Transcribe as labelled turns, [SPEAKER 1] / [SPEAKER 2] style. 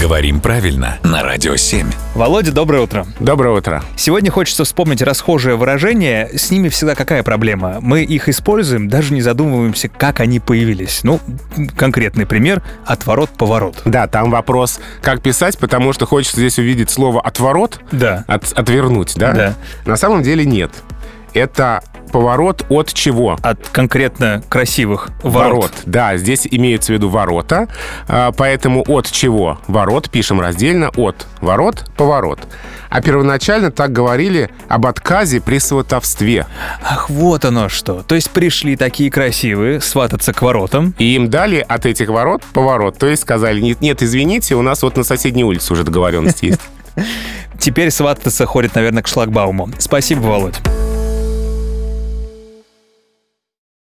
[SPEAKER 1] Говорим правильно на Радио 7.
[SPEAKER 2] Володя, доброе утро.
[SPEAKER 3] Доброе утро.
[SPEAKER 2] Сегодня хочется вспомнить расхожие выражения. С ними всегда какая проблема? Мы их используем, даже не задумываемся, как они появились. Ну, конкретный пример — отворот-поворот.
[SPEAKER 3] Да, там вопрос, как писать, потому что хочется здесь увидеть слово «отворот»,
[SPEAKER 2] Да.
[SPEAKER 3] от- «отвернуть», да?
[SPEAKER 2] Да.
[SPEAKER 3] На самом деле нет. Это поворот от чего?
[SPEAKER 2] От конкретно красивых ворот.
[SPEAKER 3] Да, здесь имеются в виду ворота, а, поэтому от чего ворот пишем раздельно от ворот поворот. А первоначально так говорили об отказе при сватовстве.
[SPEAKER 2] Ах, вот оно что. То есть пришли такие красивые свататься к воротам.
[SPEAKER 3] И им дали от этих ворот поворот. То есть сказали, нет, нет, извините, у нас вот на соседней улице уже договоренность есть.
[SPEAKER 2] Теперь свататься ходит, наверное, к шлагбауму. Спасибо, Володь.